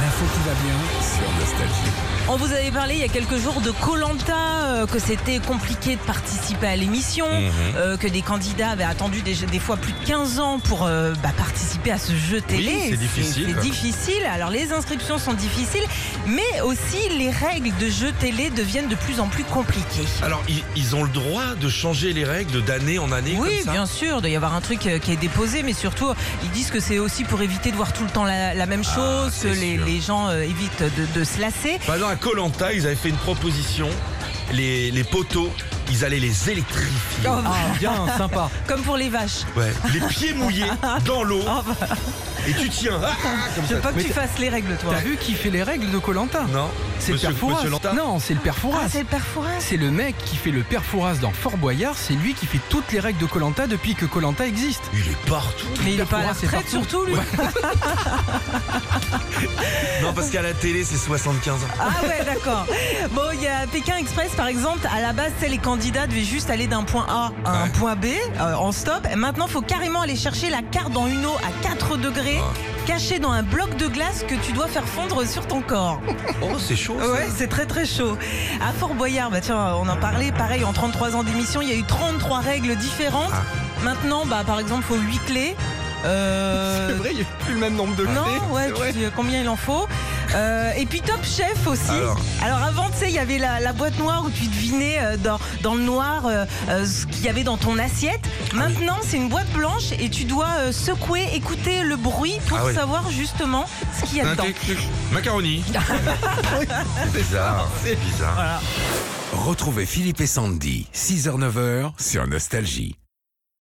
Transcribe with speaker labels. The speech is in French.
Speaker 1: l'info qui va bien sur Nostalgie.
Speaker 2: On vous avait parlé il y a quelques jours de Colanta, euh, que c'était compliqué de participer à l'émission,
Speaker 3: Mhm.
Speaker 2: euh, que des candidats avaient attendu des, des fois plus de 15 ans pour euh, bah, participer à ce jeu télé.
Speaker 3: c'est difficile.
Speaker 2: C'est difficile. Alors les inscriptions sont difficiles, mais aussi les règles de jeu télé deviennent de plus en plus compliquées.
Speaker 3: Alors, ils, ils ont le droit de changer les règles d'année en année
Speaker 2: Oui,
Speaker 3: comme ça
Speaker 2: bien sûr, il doit y avoir un truc euh, qui est déposé, mais surtout, ils disent que c'est aussi pour éviter de voir tout le temps la, la même chose, que
Speaker 3: Ah, c'est
Speaker 2: les,
Speaker 3: sûr.
Speaker 2: les gens euh, évitent de, de se lasser.
Speaker 3: Pendant à Colanta, ils avaient fait une proposition. Les, les poteaux, ils allaient les électrifier.
Speaker 2: Oh,
Speaker 4: ah, Bien, sympa.
Speaker 2: Comme pour les vaches.
Speaker 3: Ouais. Les pieds mouillés dans l'eau.
Speaker 4: Ah, bah.
Speaker 3: Et tu tiens. Ah, ah, comme
Speaker 2: Je veux
Speaker 3: ça.
Speaker 2: pas que tu fasses les règles, toi.
Speaker 4: T'as vu qui fait les règles de Colanta
Speaker 3: Non.
Speaker 4: C'est le
Speaker 3: Monsieur-
Speaker 4: père Fouras.
Speaker 3: Monsieur Lanta.
Speaker 4: Non, c'est le père
Speaker 2: Ah,
Speaker 4: Fouras.
Speaker 2: c'est le père Fouras.
Speaker 4: C'est le mec qui fait le père Fouras dans Fort Boyard. C'est lui qui fait toutes les règles de Colanta depuis que Colanta existe.
Speaker 3: Il est partout.
Speaker 2: Mais il est
Speaker 4: Père
Speaker 2: pas à la
Speaker 4: Fouras, c'est
Speaker 2: retraite,
Speaker 4: partout.
Speaker 2: surtout, lui.
Speaker 3: Non, parce qu'à la télé, c'est 75 ans.
Speaker 2: Ah ouais, d'accord. Bon, il y a Pékin Express, par exemple. À la base, c'est les candidats devaient juste aller d'un point A à un
Speaker 3: Ouais.
Speaker 2: point B euh, en stop. Et maintenant, faut carrément aller chercher la carte dans une eau à 4 degrés, cachée dans un bloc de glace que tu dois faire fondre sur ton corps.
Speaker 3: Oh, c'est chaud. ça.
Speaker 2: Ouais, c'est très très chaud. À Fort Boyard, bah tiens, on en parlait, pareil, en 33 ans d'émission, il y a eu 33 règles différentes. Maintenant, bah par exemple, faut 8 clés. Euh,
Speaker 4: C'est vrai, il n'y a plus le même nombre de clés.
Speaker 2: non, ouais,
Speaker 4: C'est vrai.
Speaker 2: tu sais combien il en faut. Euh, et puis Top Chef aussi. Alors,
Speaker 3: Alors.
Speaker 2: avant, tu sais, il y avait la, la boîte noire où tu devinais euh, dans, dans le noir euh, euh, ce qu'il y avait dans ton
Speaker 3: Ah
Speaker 2: assiette. Maintenant, c'est une boîte blanche et tu dois euh, secouer, écouter le bruit pour
Speaker 3: Ah oui.
Speaker 2: savoir justement ce qu'il y a
Speaker 3: Un
Speaker 2: dedans.
Speaker 3: tic, tic. Macaroni. c'est bizarre. C'est bizarre.
Speaker 1: Retrouvez Philippe et Sandy, 6h-9h sur Nostalgie.